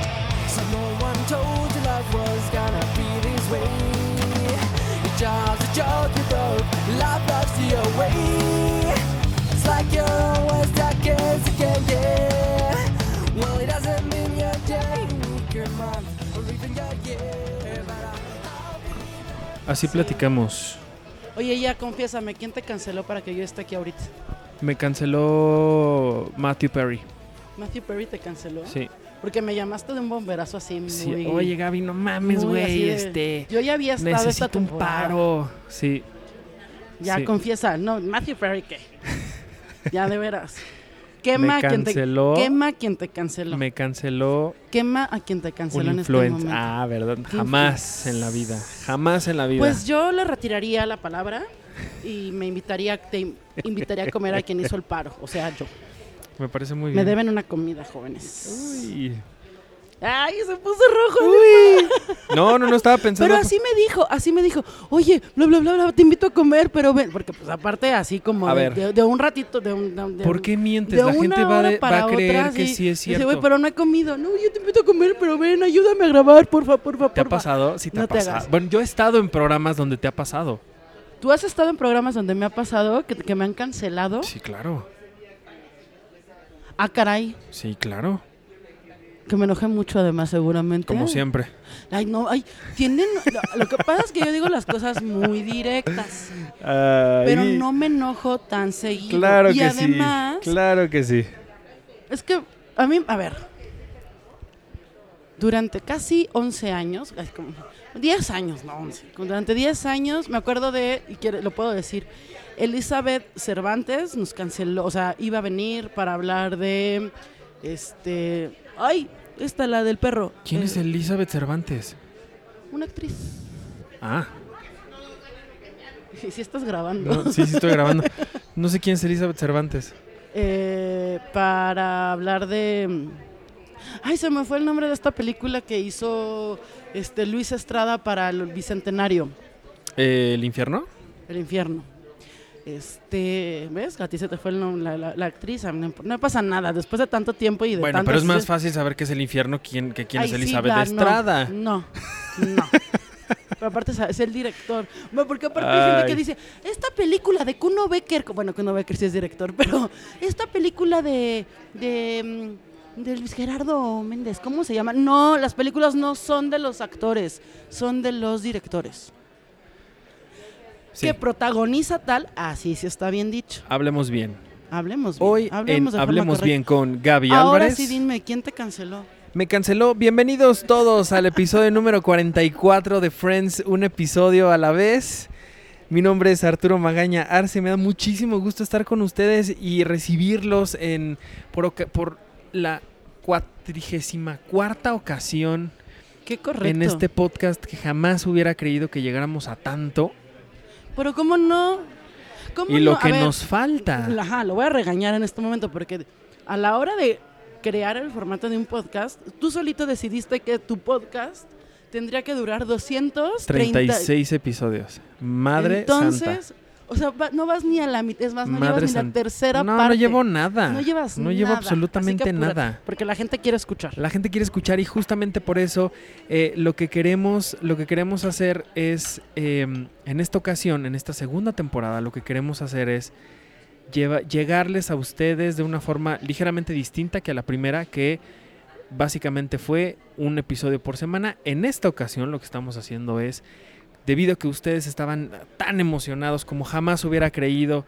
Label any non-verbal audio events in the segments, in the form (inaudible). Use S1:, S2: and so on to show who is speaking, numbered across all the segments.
S1: And no one told you life was gonna be this way. Your job's a joke, you broke. Life loves you away. It's like you're always stuck as a game, yeah. Well, it doesn't mean your day, week, your month, or even your year. But I
S2: Así platicamos.
S3: Oye, ya confiésame, ¿quién te canceló para que yo esté aquí ahorita?
S2: Me canceló Matthew Perry.
S3: Matthew Perry te canceló.
S2: Sí.
S3: Porque me llamaste de un bomberazo así muy.
S2: Sí, Oye, Gaby, no mames,
S3: muy así
S2: güey.
S3: de-
S2: Este.
S3: Yo ya había estado esta
S2: Necesito un
S3: temporada.
S2: paro. Sí.
S3: Ya
S2: Sí.
S3: confiesa, no, Matthew
S2: (laughs)
S3: Perry qué. ya de veras. Quema
S2: Me
S3: a quien te
S2: canceló.
S3: quema a quien te canceló.
S2: Me canceló
S3: Quema a quien te
S2: un
S3: canceló en este
S2: influencer.
S3: momento.
S2: ah, ¿verdad?
S3: Qué
S2: Jamás en la vida. Jamás en la vida.
S3: Pues yo le retiraría la palabra y me invitaría, te invitaría a comer a quien hizo el paro, o sea, yo.
S2: Me parece muy
S3: Me
S2: bien.
S3: deben una comida, jóvenes.
S2: Uy.
S3: Ay, se puso rojo.
S2: No, no, no estaba pensando.
S3: Pero así me dijo, así me dijo, oye, bla, bla, bla, bla, te invito a comer, pero ven. Porque, pues, aparte, así como
S2: A
S3: de,
S2: ver.
S3: de- de un ratito, de un... de un- de
S2: ¿Por
S3: un-
S2: qué mientes?
S3: de
S2: la
S3: una
S2: gente va,
S3: hora
S2: de- va
S3: para
S2: a creer
S3: otra,
S2: que sí es
S3: Dice,
S2: cierto.
S3: güey, pero no he comido. No, yo te invito a comer, pero ven, ayúdame a grabar, porfa, porfa,
S2: ¿Te ha
S3: porfa.
S2: pasado? Sí, te
S3: No
S2: ha
S3: te
S2: pasado.
S3: hagas.
S2: bueno, yo he estado en programas donde te ha pasado.
S3: ¿Tú has estado en programas donde me ha pasado que, que me han cancelado?
S2: Sí, claro.
S3: Ah, caray,
S2: Sí, claro.
S3: que me enojé mucho además, seguramente.
S2: Como siempre.
S3: Ay, no, ay, tienen... lo- Lo que pasa es que yo digo las cosas muy directas, pero no me enojo tan seguido. y además,
S2: Claro que sí.
S3: Es que a mí, a ver, durante casi 11 años, ay, como 10 años, no 11, como durante 10 años me acuerdo de, y quiero- lo puedo decir, Elizabeth Cervantes nos canceló, o sea, iba a venir para hablar de, este, ay, esta la del perro.
S2: ¿Quién
S3: eh,
S2: es Elizabeth Cervantes?
S3: Una actriz. (laughs)
S2: Ah,
S3: Si estás grabando. (laughs)
S2: no, sí, sí estoy grabando. No sé quién es Elizabeth Cervantes.
S3: Eh, para hablar de. mm, Ay, se me fue el nombre de esta película que hizo este Luis Estrada para el bicentenario,
S2: Eh, ¿El infierno?
S3: El infierno. Este, ¿ves? A ti se te fue el nom- la, la- la actriz. a mí No, no pasa nada. Después de tanto tiempo y de
S2: Bueno,
S3: tantas-
S2: pero es más fácil saber qué es el infierno quién, que quién
S3: Ay,
S2: es
S3: sí,
S2: Elizabeth
S3: va, no,
S2: Estrada.
S3: No, no. Pero aparte es el director. Bueno, porque aparte hay gente
S2: Ay.
S3: que dice, esta película de Kuno Becker, bueno, Kuno Becker sí es director, (laughs) pero esta película de, de, mm, de Luis Gerardo Méndez, ¿cómo se llama? No, las películas no son de los actores, son de los directores.
S2: Sí,
S3: Que protagoniza tal, así sí está bien dicho.
S2: hablemos bien.
S3: Hablemos bien.
S2: Hoy
S3: hablemos,
S2: en
S3: de forma
S2: Hablemos Bien
S3: correcta.
S2: con Gaby
S3: Ahora
S2: Álvarez.
S3: sí, dime, ¿quién te canceló?
S2: Me canceló. Bienvenidos todos al episodio número 44 de Friends, un episodio a la vez. Mi nombre es Arturo Magaña Arce. Me da muchísimo gusto estar con ustedes y recibirlos en por, oca- por la cuatrigésima cuarta ocasión
S3: Qué correcto.
S2: en este podcast que jamás hubiera creído que llegáramos a tanto
S3: Pero ¿cómo no? ¿Cómo
S2: y lo
S3: no? A
S2: que
S3: ver,
S2: nos falta.
S3: Ajá, lo voy a regañar en este momento porque a la hora de crear el formato de un podcast, tú solito decidiste que tu podcast tendría que durar 236.
S2: 36 episodios. Madre
S3: Entonces,
S2: santa.
S3: o sea, va- no vas ni a la mitad, es más, no
S2: Madre
S3: llevas ni la
S2: santa.
S3: tercera
S2: no,
S3: parte.
S2: no llevo nada.
S3: No llevas
S2: No llevo
S3: nada,
S2: absolutamente
S3: así que pues, apúrate,
S2: nada.
S3: Porque la gente quiere escuchar.
S2: La gente quiere escuchar y justamente por eso eh, lo que queremos, lo que queremos hacer es, eh, en esta ocasión, en esta segunda temporada, lo que queremos hacer es lleva- llegarles a ustedes de una forma ligeramente distinta que a la primera, que básicamente fue un episodio por semana. En esta ocasión lo que estamos haciendo es, debido a que ustedes estaban tan emocionados como jamás hubiera creído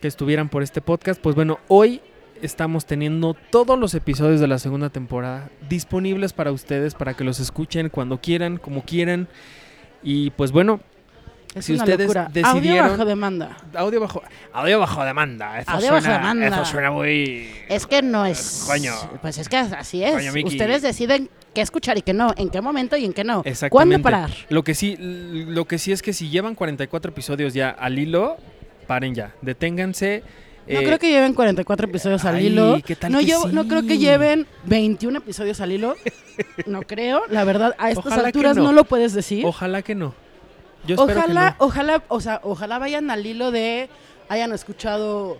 S2: que estuvieran por este podcast, pues bueno, hoy estamos teniendo todos los episodios de la segunda temporada disponibles para ustedes, para que los escuchen cuando quieran, como quieran. Y pues bueno,
S3: es
S2: si
S3: una
S2: ustedes
S3: locura. Audio
S2: decidieron-
S3: bajo demanda.
S2: audio bajo, audio bajo demanda. Eso
S3: Audio bajo
S2: suena,
S3: demanda. Eh,
S2: Eso suena muy...
S3: Es que no es.
S2: Coño.
S3: Pues es que así es.
S2: Coño, Miki.
S3: Ustedes deciden qué escuchar y qué no, en qué momento y en qué no.
S2: Exactamente.
S3: ¿Cuándo parar?
S2: Lo que sí, lo que sí es que si llevan 44 episodios ya al hilo, paren ya, deténganse.
S3: No
S2: eh,
S3: creo que lleven 44 episodios al
S2: ay,
S3: hilo.
S2: ¿qué tal
S3: no,
S2: que
S3: llevo- no creo que
S2: sí?
S3: lleven 21 episodios al hilo. No creo. La verdad, a estas
S2: Ojalá que
S3: alturas
S2: no.
S3: no. lo puedes decir.
S2: Ojalá que no. Yo espero
S3: ojalá,
S2: que no.
S3: ojalá, o sea, ojalá vayan al hilo de hayan escuchado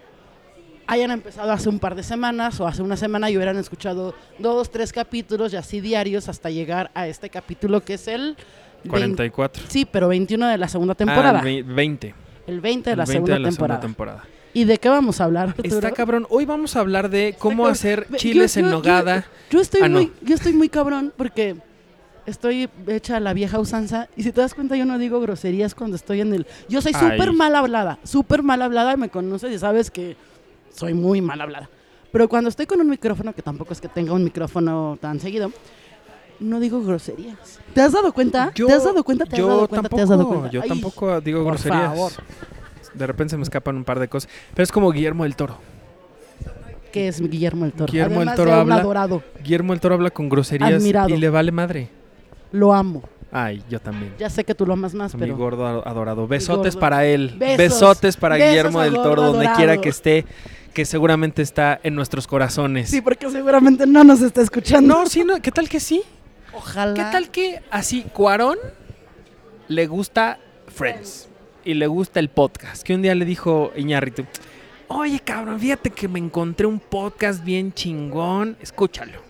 S3: hayan empezado hace un par de semanas o hace una semana y hubieran escuchado dos, tres capítulos y así diarios hasta llegar a este capítulo que es el... 20
S2: 44.
S3: sí, pero 21 de la segunda
S2: Ah,
S3: temporada.
S2: ve- 20.
S3: el 20 de
S2: El
S3: la,
S2: 20
S3: segunda,
S2: de la segunda
S3: temporada.
S2: temporada.
S3: ¿Y de qué vamos a hablar?
S2: Está
S3: Arturo?
S2: cabrón. Hoy vamos a hablar de cómo
S3: cabrón.
S2: hacer
S3: Ve,
S2: chiles
S3: yo-
S2: en
S3: yo-
S2: nogada.
S3: Yo estoy,
S2: Ah, no.
S3: muy, yo estoy muy cabrón porque estoy hecha a la vieja usanza y si te das cuenta yo no digo groserías cuando estoy en el... Yo soy
S2: Ay.
S3: súper mal hablada, súper mal hablada y me conoces y sabes que soy muy mal hablada. Pero cuando estoy con un micrófono, que tampoco es que tenga un micrófono tan seguido, no digo groserías. ¿Te has dado cuenta?
S2: Yo-
S3: Ah, ¿Te has dado cuenta? ¿Te has
S2: yo
S3: dado cuenta? ¿Te has dado cuenta?
S2: Yo
S3: Ay,
S2: tampoco digo
S3: por
S2: groserías.
S3: favor.
S2: De repente se me escapan un par de cosas. Pero es como Guillermo del Toro.
S3: Que es Guillermo el Toro.
S2: Guillermo el
S3: Además
S2: Toro
S3: de un
S2: habla-
S3: adorado.
S2: Guillermo del Toro habla con groserías
S3: Admirado.
S2: y le vale madre.
S3: Lo amo.
S2: Ay, yo también.
S3: Ya sé que tú lo amas más,
S2: Mi
S3: pero...
S2: gordo ado- adorado. Besotes
S3: gordo.
S2: para él.
S3: Besos.
S2: Besotes para
S3: Besos
S2: Guillermo
S3: a
S2: del
S3: gordo
S2: Toro, donde
S3: adorado.
S2: quiera que esté, que seguramente está en nuestros corazones.
S3: Sí, porque seguramente no nos está escuchando.
S2: No, sí, no, ¿qué tal que sí?
S3: Ojalá.
S2: ¿Qué tal que así Cuarón le gusta Friends y le gusta el podcast? Que un día le dijo Iñárritu, oye cabrón, fíjate que me encontré un podcast bien chingón, escúchalo.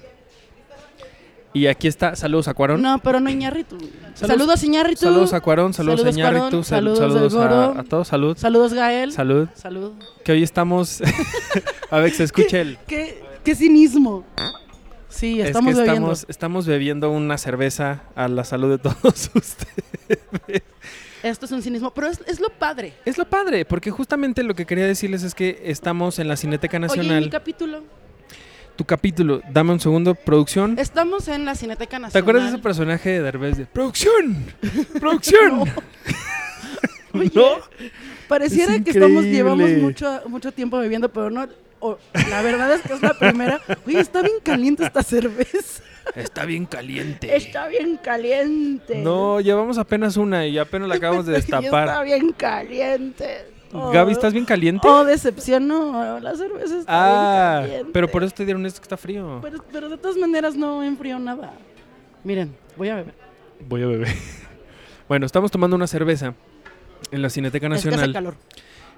S2: Y aquí está, saludos a Cuarón.
S3: No, pero no Iñarritu. Saludos, Iñarritu.
S2: Saludos a Cuarón, saludos,
S3: Saludos,
S2: a Iñárritu,
S3: Cuarón.
S2: sal- saludos,
S3: Saludos al
S2: a,
S3: Gordo.
S2: a todos, salud,
S3: Saludos, Gael.
S2: salud,
S3: Salud.
S2: que hoy estamos, (laughs) a ver, que se escuche
S3: (laughs)
S2: el...
S3: ¿Qué, qué cinismo. Sí,
S2: Es que
S3: estamos bebiendo.
S2: estamos, estamos bebiendo una cerveza a la salud de todos (laughs) ustedes.
S3: Esto es un cinismo, pero es, es lo padre.
S2: Es lo padre, porque justamente lo que quería decirles es que estamos en la Cineteca
S3: Oye, ¿y
S2: Nacional.
S3: mi capítulo.
S2: tu capítulo, dame un segundo, producción.
S3: Estamos en la Cineteca Nacional.
S2: ¿Te acuerdas de ese personaje de Derbez? de, ¡Producción! (laughs) ¡Producción!
S3: Oye,
S2: (laughs) ¿No?
S3: Pareciera
S2: Es
S3: que estamos,
S2: increíble.
S3: llevamos mucho, mucho tiempo bebiendo, pero no. o- la verdad es que es la primera. Oye, está bien caliente esta cerveza.
S2: Está bien caliente.
S3: Está bien caliente.
S2: No, llevamos apenas una y apenas la
S3: (laughs)
S2: acabamos de
S3: Está
S2: destapar.
S3: bien caliente. Oh,
S2: Gaby, ¿estás bien caliente?
S3: Oh, decepción, no. La cerveza está
S2: ah,
S3: bien caliente.
S2: pero por eso te dieron esto que está frío.
S3: Pero, pero de todas maneras no enfrió nada. Miren, voy a beber.
S2: Voy a beber. Bueno, estamos tomando una cerveza en la Cineteca
S3: Es que hace
S2: Nacional.
S3: calor.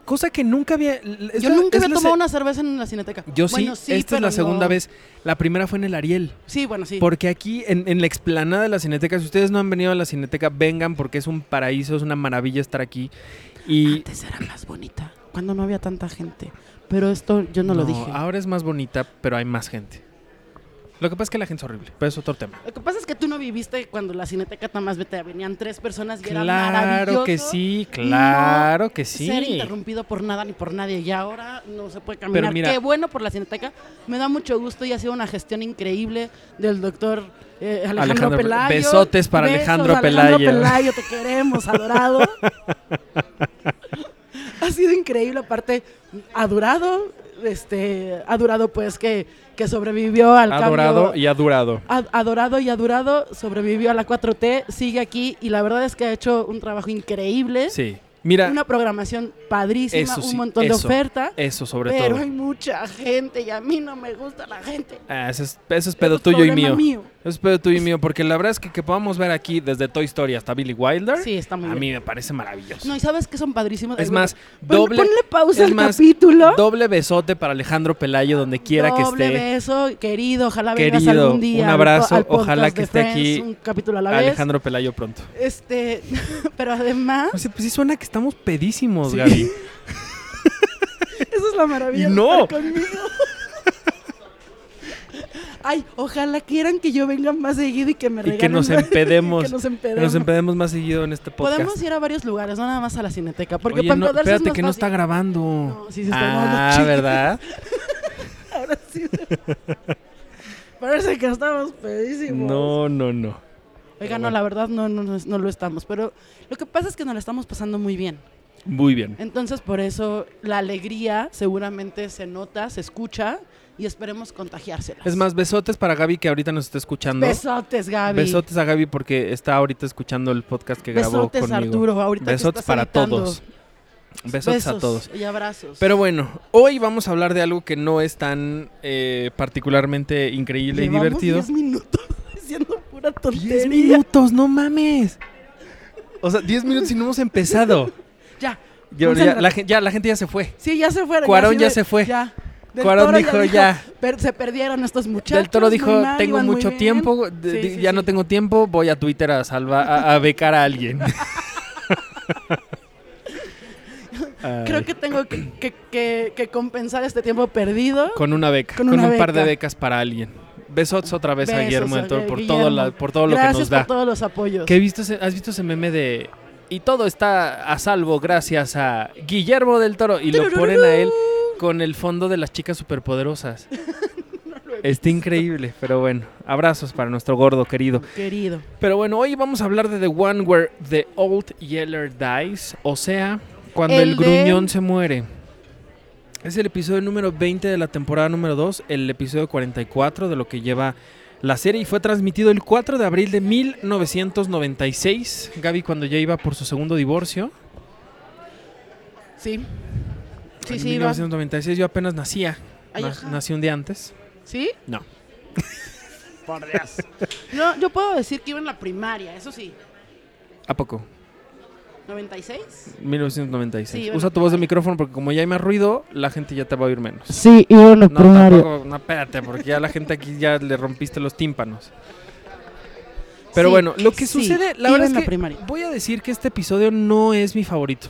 S2: cosa que nunca había... es
S3: Yo
S2: la-
S3: nunca
S2: es la
S3: había
S2: se-
S3: tomado una cerveza en la cineteca.
S2: Yo sí,
S3: Bueno,
S2: esta es
S3: pero
S2: la segunda
S3: no-
S2: vez. La primera fue en el Ariel.
S3: Sí, bueno, sí.
S2: Porque aquí, en, en la explanada de la Cineteca, si ustedes no han venido a la Cineteca, vengan porque es un paraíso, es una maravilla estar aquí. Y
S3: Antes era más bonita, cuando no había tanta gente. Pero esto yo no, lo dije.
S2: ahora es más bonita, pero hay más gente. Lo que pasa es que la gente es horrible, pero es otro tema.
S3: Lo que pasa es que tú no viviste cuando la cineteca tan más vete, venían tres personas y era
S2: Claro
S3: maravilloso.
S2: que sí, claro que
S3: ser
S2: sí.
S3: interrumpido por nada ni por nadie y ahora no se puede caminar.
S2: Pero mira-
S3: Qué bueno por la Cineteca. Me da mucho gusto y ha sido una gestión increíble del doctor eh, Alejandro,
S2: Alejandro Pe-
S3: Pelayo.
S2: besotes para Alejandro Pelayo.
S3: Pelayo, te
S2: (laughs)
S3: queremos, adorado. ha sido increíble, aparte, adorado, este, adorado pues que, que sobrevivió al
S2: Adorado
S3: cambio.
S2: y ha durado.
S3: Ad- adorado y adorado, sobrevivió a la 4T, sigue aquí y la verdad es que ha hecho un trabajo increíble
S2: Sí. Mira,
S3: ¿Eh? una programación padrísima,
S2: Eso sí,
S3: un montón de
S2: eso,
S3: oferta,
S2: eso sobre
S3: pero
S2: todo.
S3: hay mucha gente y a mí no me gusta la gente.
S2: Ah, ese, es, ese es pedo
S3: Eso es
S2: tuyo y
S3: problema
S2: mío. Eso es pedo tuyo y mío, porque la verdad es que que podamos ver aquí desde Toy Story hasta Billy Wilder,
S3: Sí, está Ah, muy
S2: a
S3: bien.
S2: mí me parece maravilloso.
S3: No, y sabes que son padrísimos. Ay,
S2: Es
S3: bueno,
S2: más,
S3: pon-
S2: doble,
S3: ponle pausa
S2: es
S3: al
S2: más,
S3: capítulo.
S2: doble besote para Alejandro Pelayo donde quiera que
S3: Doble
S2: esté.
S3: beso, querido, ojalá vengas
S2: Querido,
S3: algún día.
S2: un
S3: al-
S2: abrazo,
S3: al podcast
S2: ojalá que
S3: de
S2: esté aquí
S3: Friends, un capítulo a la vez.
S2: Alejandro Pelayo pronto.
S3: Este, (laughs) pero
S2: (laughs)
S3: además,
S2: Pues sí, pues sí suena que estamos pedísimos,
S3: (laughs)
S2: Gaby.
S3: eso es la maravilla.
S2: Y
S3: de
S2: no.
S3: estar conmigo. (laughs) Ay, ojalá quieran que yo venga más seguido y (laughs) que me
S2: Y
S3: regalen
S2: que nos
S3: más- y
S2: empedemos.
S3: que nos
S2: Que
S3: empedemos.
S2: Nos empedemos más seguido en este podcast.
S3: Podemos ir a varios lugares, no nada más a la cineteca. Porque
S2: Oye,
S3: para
S2: no,
S3: encontrarse es
S2: espérate
S3: más
S2: que no
S3: fácil.
S2: está grabando.
S3: No, sí se está grabando,
S2: ah,
S3: chiquis. (laughs)
S2: ¿verdad?
S3: Ahora sí. Parece que estamos pedísimos.
S2: No, no, no.
S3: Oiga, no, la verdad no, no, no, es- no lo estamos. Pero lo que pasa es que nos la estamos pasando muy bien.
S2: Muy bien.
S3: Entonces, por eso la alegría seguramente se nota, se escucha y esperemos contagiársela.
S2: Es más, besotes para Gaby que ahorita nos está escuchando.
S3: besotes, Gaby.
S2: Besotes a Gaby porque está ahorita escuchando el podcast que grabó
S3: Besotes,
S2: conmigo.
S3: Arturo. Ahorita que
S2: Besotes
S3: estás
S2: para
S3: editando.
S2: todos. Besotes a
S3: Besos
S2: todos.
S3: Y abrazos.
S2: Pero bueno, hoy vamos a hablar de algo que no es tan eh, particularmente increíble
S3: Llevamos
S2: y divertido.
S3: 10 minutos (laughs) diciendo pura tontería.
S2: 10 minutos, no mames. O sea, 10 minutos y no hemos empezado.
S3: (laughs) Ya.
S2: Ya, ya,
S3: Concéntrate.
S2: la, gen- ya, la gente ya se fue.
S3: Sí, ya se fueron.
S2: Cuarón
S3: así
S2: ya
S3: de-
S2: se fue.
S3: Ya. Del
S2: Cuarón
S3: Toro
S2: dijo,
S3: dijo,
S2: ya.
S3: "Per- se perdieron estos muchachos.
S2: Del Toro
S3: muy
S2: dijo,
S3: mal,
S2: tengo
S3: iban muy
S2: mucho
S3: bien".
S2: tiempo, de-
S3: Sí,
S2: de-
S3: sí,
S2: ya
S3: sí.
S2: no tengo tiempo, voy a Twitter a salva a, a becar a alguien. Ay,
S3: (laughs) Creo que tengo que, que- que- que compensar este tiempo perdido.
S2: con una beca, con,
S3: con una
S2: un par de
S3: beca.
S2: becas para alguien. Besos otra vez a
S3: Besos
S2: Guillermo del
S3: a
S2: Toro por
S3: Guillermo.
S2: todo la- por todo lo
S3: Gracias
S2: que nos da.
S3: por todos los apoyos.
S2: ¿Qué visto ese- ¿Has visto ese meme de y todo está a salvo gracias a Guillermo del Toro y lo ponen a él con el fondo de las chicas
S3: (laughs)
S2: superpoderosas? Está increíble, pero bueno, abrazos para nuestro gordo querido.
S3: Querido.
S2: Pero bueno, hoy vamos a hablar de The One Where the Old Yeller Dies, o sea, cuando el,
S3: El de-
S2: gruñón se muere. Es el episodio número 20 de la temporada número 2, el episodio 44 de lo que lleva la serie y fue transmitido el 4 de abril de 1996. Gaby cuando ya iba por su segundo divorcio.
S3: Sí. Sí,
S2: en
S3: sí, va.
S2: 1996 yo apenas nacía.
S3: Ay,
S2: Na-
S3: ajá.
S2: Nací un día antes.
S3: ¿Sí?
S2: No.
S3: Por Dios. No, yo puedo decir que iba en la primaria, eso sí.
S2: ¿A poco?
S3: ¿96?
S2: 1996.
S3: Sí, bueno,
S2: Usa tu voz de micrófono porque como ya hay más ruido, la gente ya te va a oír menos.
S3: Sí, iba en la
S2: No, tampoco, no, espérate, porque ya la gente aquí ya le rompiste los tímpanos. Pero
S3: Sí,
S2: bueno, lo que
S3: sí,
S2: sucede, la
S3: iba
S2: verdad es
S3: en la
S2: que
S3: primaria.
S2: voy a decir que este episodio no es mi favorito.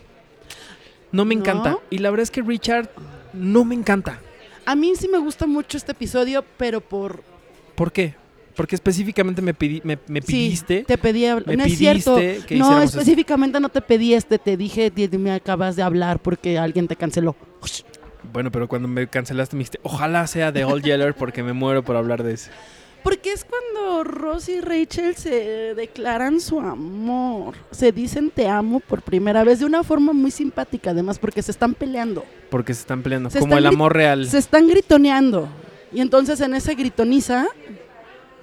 S2: No me encanta.
S3: ¿No?
S2: Y la verdad es que Richard no me encanta.
S3: A mí sí me gusta mucho este episodio, pero por...
S2: ¿Por qué? Porque específicamente me, pidi- me, me
S3: Sí,
S2: pidiste.
S3: te pedí... habl-
S2: me
S3: no es
S2: pidiste
S3: cierto.
S2: que
S3: no,
S2: hiciéramos esto.
S3: específicamente no te pedí este, te dije, "Di- me acabas de hablar porque alguien te canceló.
S2: Bueno, pero cuando me cancelaste me dijiste, ojalá sea de Old Yeller porque me muero por hablar de ese.
S3: Porque es cuando Ross y Rachel se declaran su amor, se dicen te amo por primera vez de una forma muy simpática además porque se están peleando.
S2: Porque se están peleando.
S3: Se
S2: como
S3: están
S2: el
S3: gri-
S2: amor real.
S3: se están gritoneando. Y entonces en esa gritoniza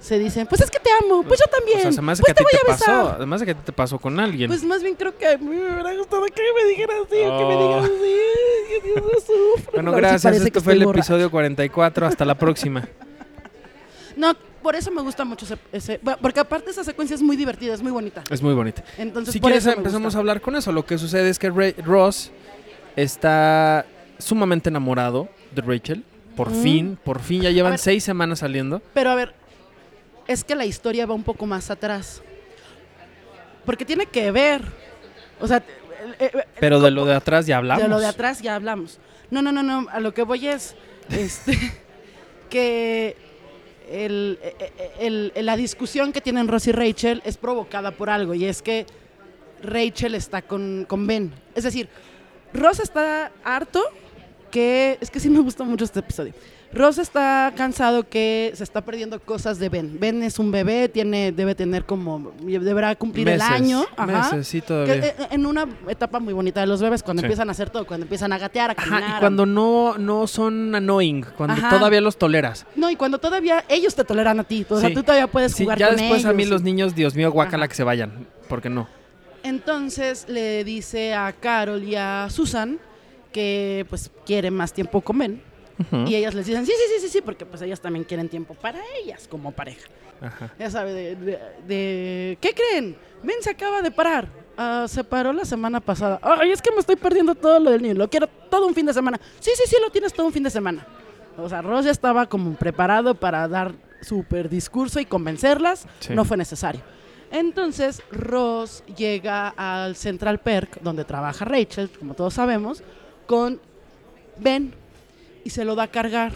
S3: se dicen, pues es que te amo, pues yo
S2: O sea,
S3: también.
S2: se me hace
S3: pues
S2: que a ti
S3: voy
S2: te
S3: a besar.
S2: pasó. Además de que a ti te pasó con alguien.
S3: Pues más bien creo que a mí me hubiera gustado que me dijeran así, o que me
S2: Oh.
S3: digan así, que
S2: (laughs)
S3: Dios lo sufre.
S2: Bueno,
S3: (laughs) Ahora sí
S2: gracias.
S3: parece
S2: Este
S3: que
S2: fue el
S3: estoy borracha.
S2: episodio 44. Hasta la próxima.
S3: No, por eso me gusta mucho ese, ese- bueno, porque aparte esa secuencia es muy divertida, es
S2: (laughs)
S3: muy bonita.
S2: (laughs) Es muy bonito.
S3: Entonces,
S2: Si
S3: por
S2: quieres,
S3: eso me
S2: empezamos
S3: gusta.
S2: a hablar con eso. Lo que sucede es que Ra- Ross está sumamente enamorado de Rachel. Por
S3: Ujú.
S2: fin, por fin. Ya llevan
S3: Mm. ver.
S2: seis semanas saliendo.
S3: Pero a ver, es que la historia va un poco más atrás. Porque tiene que ver. O sea, eh, el- el-
S2: Pero de lo de atrás ya hablamos.
S3: De lo de atrás ya hablamos. No, no, no, no. A lo que voy es este, (laughs) que el- e, el- el- la discusión que tienen Ross y Rachel es provocada por algo y es que Rachel está con, con Ben. Es decir, Ross está harto que... Es que sí me gusta mucho este episodio. Ross está cansado que se está perdiendo cosas de Ben. Ben es un bebé, tiene, debe tener como... Deberá cumplir el
S2: Meses,
S3: año. Ajá.
S2: Meses, sí,
S3: Que,
S2: todavía.
S3: eh, en una etapa muy bonita de los bebés, cuando
S2: Sí.
S3: empiezan a hacer todo, cuando empiezan a gatear, a caminar.
S2: Ajá,
S3: a-
S2: y cuando no, no son annoying, cuando
S3: Ajá.
S2: todavía los toleras.
S3: No, y cuando todavía ellos te toleran a ti. O sea,
S2: Sí.
S3: tú todavía puedes
S2: Sí,
S3: jugar
S2: ya
S3: con
S2: después a mí
S3: ellos.
S2: los niños, Dios mío, guácala
S3: Ajá.
S2: que se vayan. ¿Por qué no?
S3: Entonces le dice a Carol y a Susan que pues quieren más tiempo con Ben.
S2: Ujú.
S3: Y ellas les dicen, sí, sí, sí, sí, sí, porque pues ellas también quieren tiempo para ellas como pareja.
S2: Ajá.
S3: Ya sabe, de, de- de- ¿Qué creen? Ben se acaba de parar. Ah, se paró la semana pasada. Ay, es que me estoy perdiendo todo lo del niño. Lo quiero todo un fin de semana. Sí, sí, sí, lo tienes todo un fin de semana. O sea, Ross ya estaba como preparado para dar super discurso y convencerlas.
S2: Sí.
S3: No fue necesario. Entonces, Ross llega al Central Perk, donde trabaja Rachel, como todos sabemos, con Ben y se lo da a cargar.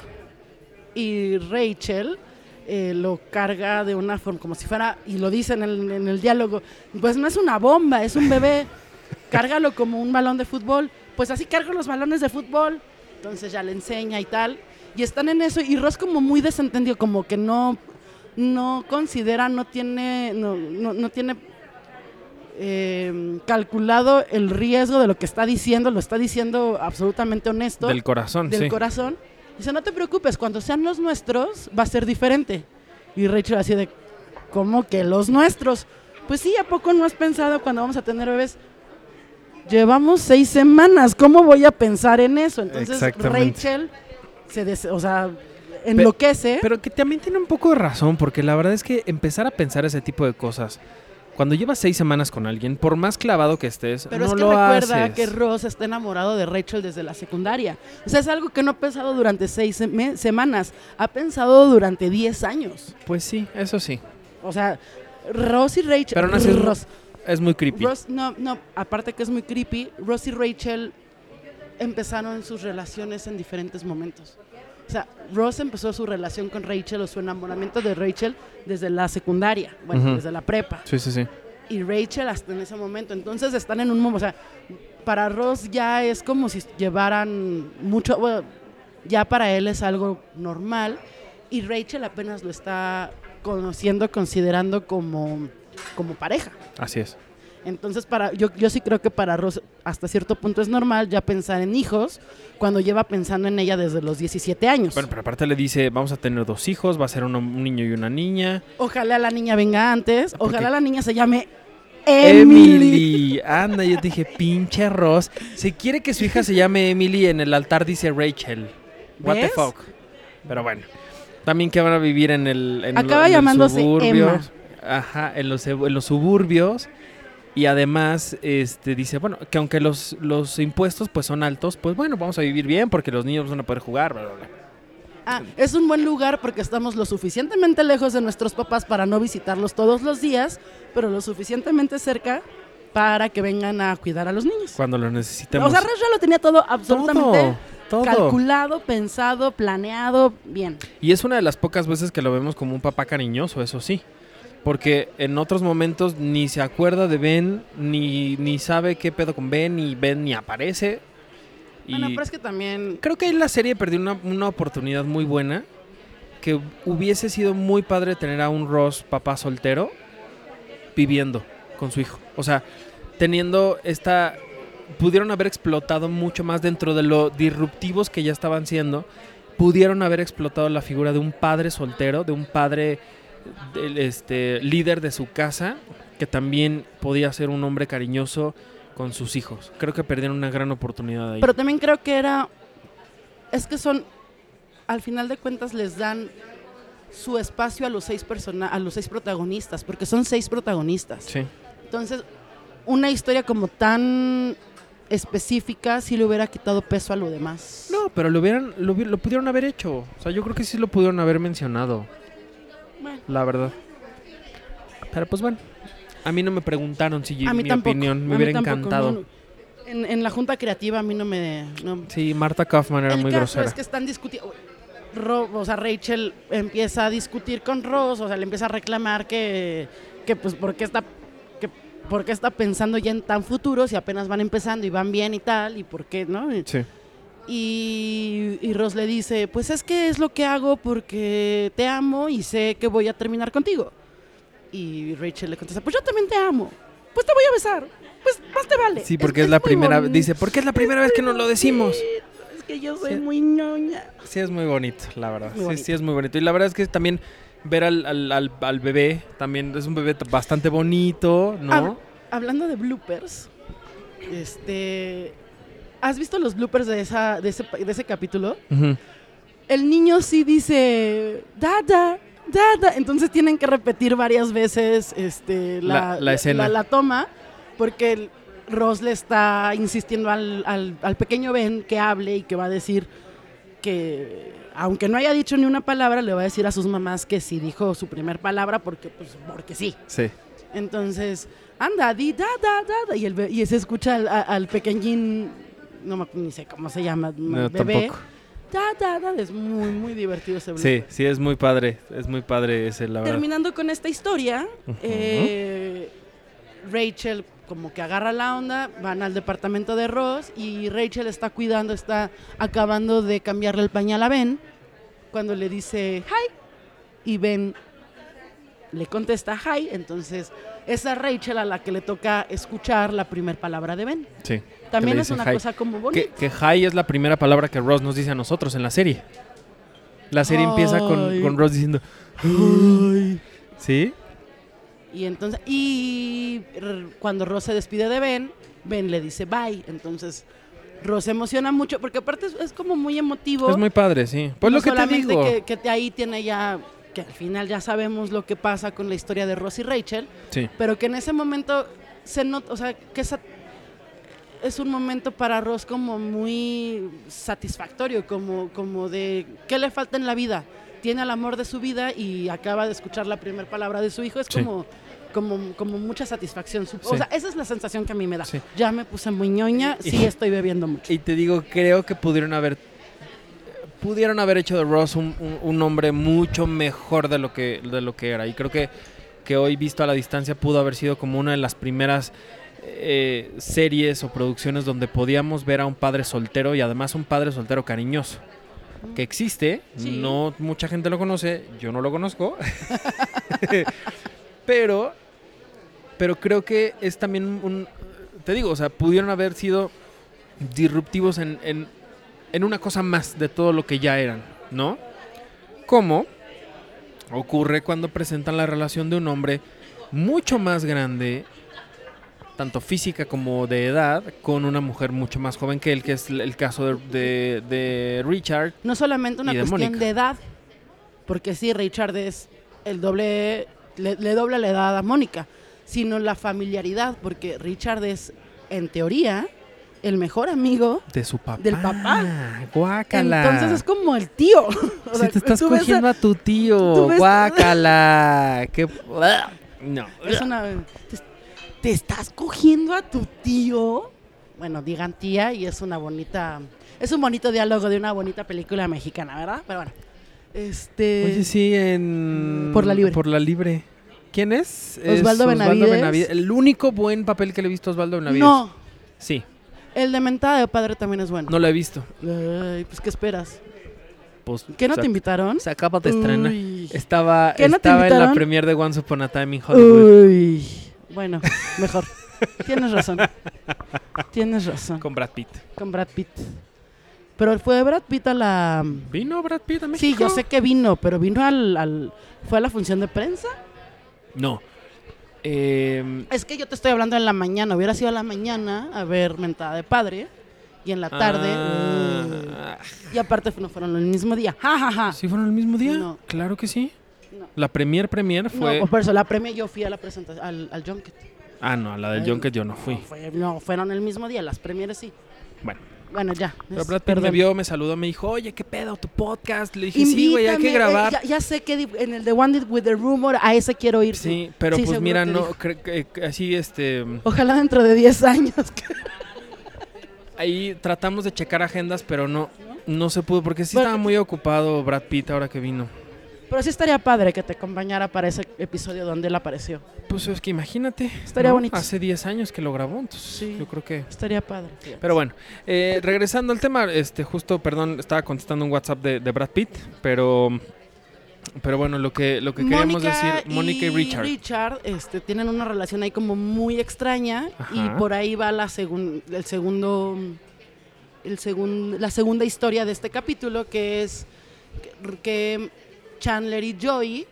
S3: Y Rachel eh, lo carga de una forma como si fuera, y lo dice en el, en el diálogo, pues no es una bomba, es un bebé, cárgalo como un balón de fútbol, pues así cargo los balones de fútbol, entonces ya le enseña y tal, y están en eso, y Ross como muy desentendido, como que no, no considera, no tiene, no, no- no tiene eh, calculado el riesgo de lo que está diciendo, lo está diciendo absolutamente honesto
S2: Del corazón,
S3: del
S2: sí.
S3: corazón. Dice, no te preocupes, cuando sean los nuestros va a ser diferente. Y Rachel así de, ¿cómo que los nuestros? Pues sí, ¿a poco no has pensado cuando vamos a tener bebés? Llevamos seis semanas, ¿cómo voy a pensar en eso? Entonces
S2: Exactamente.
S3: Rachel se, des- o sea, enloquece. ¿Eh?
S2: Pero que también tiene un poco de razón, porque la verdad es que empezar a pensar ese tipo de cosas Cuando llevas seis semanas con alguien, por más clavado que estés,
S3: Pero
S2: no
S3: es que
S2: lo
S3: recuerda
S2: haces.
S3: que Ross está enamorado de Rachel desde la secundaria. O sea, es algo que no ha pensado durante seis seme- semanas, ha pensado durante diez años.
S2: Pues sí, eso sí.
S3: O sea, Ross y Rachel.
S2: Pero no así es-
S3: Ross,
S2: Es muy creepy.
S3: Ross- no, no, aparte que es muy creepy, Ross y Rachel empezaron sus relaciones en diferentes momentos. O sea, Ross empezó su relación con Rachel o su enamoramiento de Rachel desde la secundaria, bueno,
S2: Ujú.
S3: desde la prepa.
S2: Sí, sí, sí.
S3: Y Rachel hasta en ese momento. Entonces están en un momento, o sea, para Ross ya es como si llevaran mucho, bueno, ya para él es algo normal y Rachel apenas lo está conociendo, considerando como, como pareja.
S2: Así es.
S3: Entonces, para, yo, yo sí creo que para Ross hasta cierto punto es normal ya pensar en hijos cuando lleva pensando en ella desde los 17 años.
S2: Bueno, pero aparte le dice, vamos a tener dos hijos, va a ser uno- un niño y una niña.
S3: Ojalá la niña venga antes,
S2: ¿Por
S3: ojalá
S2: qué?
S3: la niña se llame Emily.
S2: Anda, yo te dije, pinche Ross. Si quiere que su hija se llame Emily, en el altar dice Rachel. What
S3: ¿Ves?
S2: the fuck. Pero bueno. También que van a vivir en el en
S3: Acaba
S2: lo- en
S3: llamándose
S2: suburbios. Ajá, en los, en los suburbios. Y además, este, dice, bueno, que aunque los, los impuestos pues son altos, pues bueno, vamos a vivir bien porque los niños van a poder jugar, bla, bla, bla.
S3: Ah, es un buen lugar porque estamos lo suficientemente lejos de nuestros papás para no visitarlos todos los días, pero lo suficientemente cerca para que vengan a cuidar a los niños.
S2: Cuando los necesitemos.
S3: O sea, Ross ya lo tenía todo absolutamente
S2: todo, todo.
S3: calculado, pensado, planeado, bien.
S2: Y es una de las pocas veces que lo vemos como un papá cariñoso, eso sí. Porque en otros momentos ni se acuerda de Ben, ni, ni sabe qué pedo con Ben, y Ben ni aparece. Y
S3: Bueno, pero es que también
S2: Creo que ahí la serie perdió una, una oportunidad muy buena. Que hubiese sido muy padre tener a un Ross papá soltero viviendo con su hijo. O sea, teniendo esta... Pudieron haber explotado mucho más dentro de lo disruptivos que ya estaban siendo. Pudieron haber explotado la figura de un padre soltero, de un padre del, este, líder de su casa, que también podía ser un hombre cariñoso con sus hijos. Creo que perdieron una gran oportunidad ahí.
S3: Pero también creo que era. Es que son. Al final de cuentas les dan su espacio a los seis persona, a los seis protagonistas, porque son seis protagonistas.
S2: sí.
S3: Entonces, una historia como tan específica sí le hubiera quitado peso a lo demás.
S2: No, pero lo hubieran, lo, hubi- lo pudieron haber hecho. O sea, yo creo que sí lo pudieron haber mencionado,
S3: Bueno,
S2: la verdad. Pero pues bueno, a mí no me preguntaron si
S3: a mí
S2: mi
S3: tampoco.
S2: opinión me
S3: a mí
S2: hubiera
S3: tampoco,
S2: encantado.
S3: no, no. En, en la junta creativa a mí no me. no.
S2: Sí, Marta Kaufman era
S3: El
S2: muy
S3: caso
S2: grosera.
S3: es que están discutiendo. o sea, Rachel empieza a discutir con Ross, o sea, le empieza a reclamar que, que pues, ¿por qué está, que, por qué está pensando ya en tan futuro si apenas van empezando y van bien y tal? ¿Y por qué, no? Y,
S2: Sí.
S3: y Ross le dice, pues es que es lo que hago porque te amo y sé que voy a terminar contigo. Y Rachel le contesta, pues yo también te amo, pues te voy a besar, pues más te vale.
S2: Sí, porque es, la
S3: muy
S2: primera vez.
S3: bonito,
S2: Dice, porque es la primera vez que nos lo decimos.
S3: Es que yo soy
S2: Sí.
S3: muy ñoña.
S2: Sí, es muy bonito, la verdad.
S3: Es muy
S2: Sí,
S3: bonito.
S2: sí, es muy bonito. Y la verdad es que también ver al, al, al- al bebé, también es un bebé t- bastante bonito,
S3: Hab-
S2: ¿no?
S3: hablando de bloopers, este, ¿has visto los bloopers de, esa, de, ese, pa- de ese capítulo?
S2: Ujú.
S3: El niño sí dice, dada, dada. Entonces tienen que repetir varias veces este, la,
S2: La- la escena.
S3: La, la toma, porque el- Ross le está insistiendo al, al- al pequeño Ben que hable y que va a decir que, aunque no haya dicho ni una palabra, le va a decir a sus mamás que sí dijo su primer palabra porque, pues, porque sí.
S2: Sí.
S3: Entonces, anda, di, da, da, da, da, Y, el be- y se escucha al, a- al pequeñín, no me acu- ni sé cómo se llama,
S2: No,
S3: bebé.
S2: tampoco.
S3: Da, da, da, es muy, muy divertido ese blog.
S2: Sí, sí, es muy padre. Es muy padre ese, la verdad.
S3: Terminando con esta historia,
S2: Ujú.
S3: eh, Rachel como que agarra la onda, van al departamento de Ross y Rachel está cuidando, está acabando de cambiarle el pañal a Ben cuando le dice hi y Ben le contesta hi, entonces es a Rachel a la que le toca escuchar la primera palabra de Ben.
S2: Sí.
S3: También
S2: le
S3: es
S2: dice
S3: una
S2: hi.
S3: cosa como bonita.
S2: Que, que hi es la primera palabra que Ross nos dice a nosotros en la serie. La serie empieza con,
S3: Ay.
S2: con Ross diciendo, (gasps) ¿sí?
S3: Y entonces, y r- cuando Ross se despide de Ben, Ben le dice bye. Entonces, Ross se emociona mucho, porque aparte es, es como muy emotivo.
S2: Es muy padre, sí. Pues
S3: No
S2: lo que te
S3: solamente
S2: digo.
S3: Que, que te- ahí tiene ya que al final ya sabemos lo que pasa con la historia de Ross y Rachel,
S2: Sí.
S3: pero que en ese momento se nota, o sea, que esa- es un momento para Ross como muy satisfactorio, como, como de qué le falta en la vida. Tiene el amor de su vida y acaba de escuchar la primera palabra de su hijo. Es
S2: Sí.
S3: como, como, como mucha satisfacción. sup-
S2: Sí.
S3: O sea, esa es la sensación que a mí me da.
S2: Sí.
S3: Ya me puse muy ñoña,
S2: Y-
S3: sí estoy bebiendo mucho.
S2: Y te digo, creo que pudieron haber pudieron haber hecho de Ross un, un- un hombre mucho mejor de lo que de lo que era. Y creo que, que hoy visto a la distancia pudo haber sido como una de las primeras eh, series o producciones donde podíamos ver a un padre soltero y además un padre soltero cariñoso. Que existe,
S3: Sí.
S2: no mucha gente lo conoce, yo no lo conozco. (laughs) pero pero creo que es también un te digo, o sea, pudieron haber sido disruptivos en, en- en una cosa más de todo lo que ya eran, ¿no? Como ocurre cuando presentan la relación de un hombre mucho más grande, tanto física como de edad, con una mujer mucho más joven que él, que es el caso de, de- de Richard.
S3: No solamente una
S2: Y de
S3: cuestión
S2: Mónica.
S3: de edad, porque sí, Richard es el doble, le, le dobla la edad a Mónica, sino la familiaridad, porque Richard es, en teoría, el mejor amigo.
S2: De su papá.
S3: Del papá.
S2: Guácala.
S3: Entonces es como
S2: (laughs)
S3: el tío. O
S2: si
S3: sea,
S2: te estás
S3: tú ves a-
S2: cogiendo a, tu tío,
S3: tú ves- (laughs)
S2: guácala. Qué... No.
S3: es una- te, te estás cogiendo a tu tío. Bueno, digan tía y es una bonita, es un bonito diálogo de una bonita película mexicana, ¿verdad? Pero bueno, este...
S2: Oye, sí, en...
S3: Por la Libre.
S2: Por la Libre. ¿Quién es? Es
S3: Osvaldo Benavides.
S2: El único buen papel que le he visto a Osvaldo Benavides.
S3: no,
S2: Sí,
S3: el de mentada de padre también es bueno.
S2: no lo he visto.
S3: Ay, pues ¿qué esperas?
S2: Pues,
S3: ¿Que no
S2: se-
S3: te invitaron?
S2: Se acaba de estrenar.
S3: Uy.
S2: Estaba,
S3: ¿Que no te
S2: estaba en la
S3: invitaron?
S2: premiere de Once Upon a Time in Hollywood.
S3: Uy. Bueno, mejor. Tienes razón. Tienes razón.
S2: Con Brad Pitt.
S3: Con Brad Pitt. Pero fue Brad Pitt a la...
S2: ¿Vino Brad Pitt a México?
S3: Sí, yo sé que vino, pero vino al... al- ¿Fue a la función de prensa?
S2: No. Eh,
S3: Es que yo te estoy hablando en la mañana. Hubiera sido a la mañana a ver Mentada de Padre. Y en la tarde... Uh.
S2: ah,
S3: uy. Y aparte no fueron el mismo día. Ja, ja, ja.
S2: ¿Sí fueron el mismo día?
S3: No.
S2: Claro que sí.
S3: No.
S2: La premier premier fue...
S3: No, por eso la premia yo fui a la presentación, al, al junket.
S2: Ah, no, a la del
S3: Ay,
S2: Junket yo no fui.
S3: fue- no, fueron el mismo día, las premieres sí.
S2: Bueno.
S3: Bueno, ya.
S2: Pero
S3: es-
S2: Brad Pitt me
S3: Pues, perdón.
S2: vio, me saludó, me dijo, oye, qué pedo, tu podcast. Le dije, sí, güey, hay que
S3: Invítame, eh,
S2: grabar.
S3: ya, ya sé que di- en el de One Did With The Rumor, a ese quiero ir.
S2: Sí, pero
S3: Sí,
S2: pues
S3: seguro
S2: mira,
S3: te
S2: no,
S3: dijo.
S2: cre- que- que así, este,
S3: Ojalá dentro de 10 años. que-
S2: ahí tratamos de checar agendas, pero no, no se pudo, porque sí
S3: Bueno,
S2: estaba muy ocupado Brad Pitt ahora que vino.
S3: Pero sí estaría padre que te acompañara para ese episodio donde él apareció.
S2: Pues es que imagínate.
S3: Estaría
S2: ¿no?
S3: bonito.
S2: Hace 10 años que lo grabó, entonces
S3: Sí.
S2: yo creo que...
S3: Estaría padre. fíjate.
S2: Pero bueno, eh, regresando al tema, este, justo, perdón, estaba contestando un WhatsApp de, de Brad Pitt, pero... Pero bueno, lo que, lo que queríamos decir, Mónica y Richard.
S3: este, tienen una relación ahí como muy extraña
S2: Ajá.
S3: y por ahí va la segun- el segundo el segun- la segunda historia de este capítulo que es que- que Chandler y Joey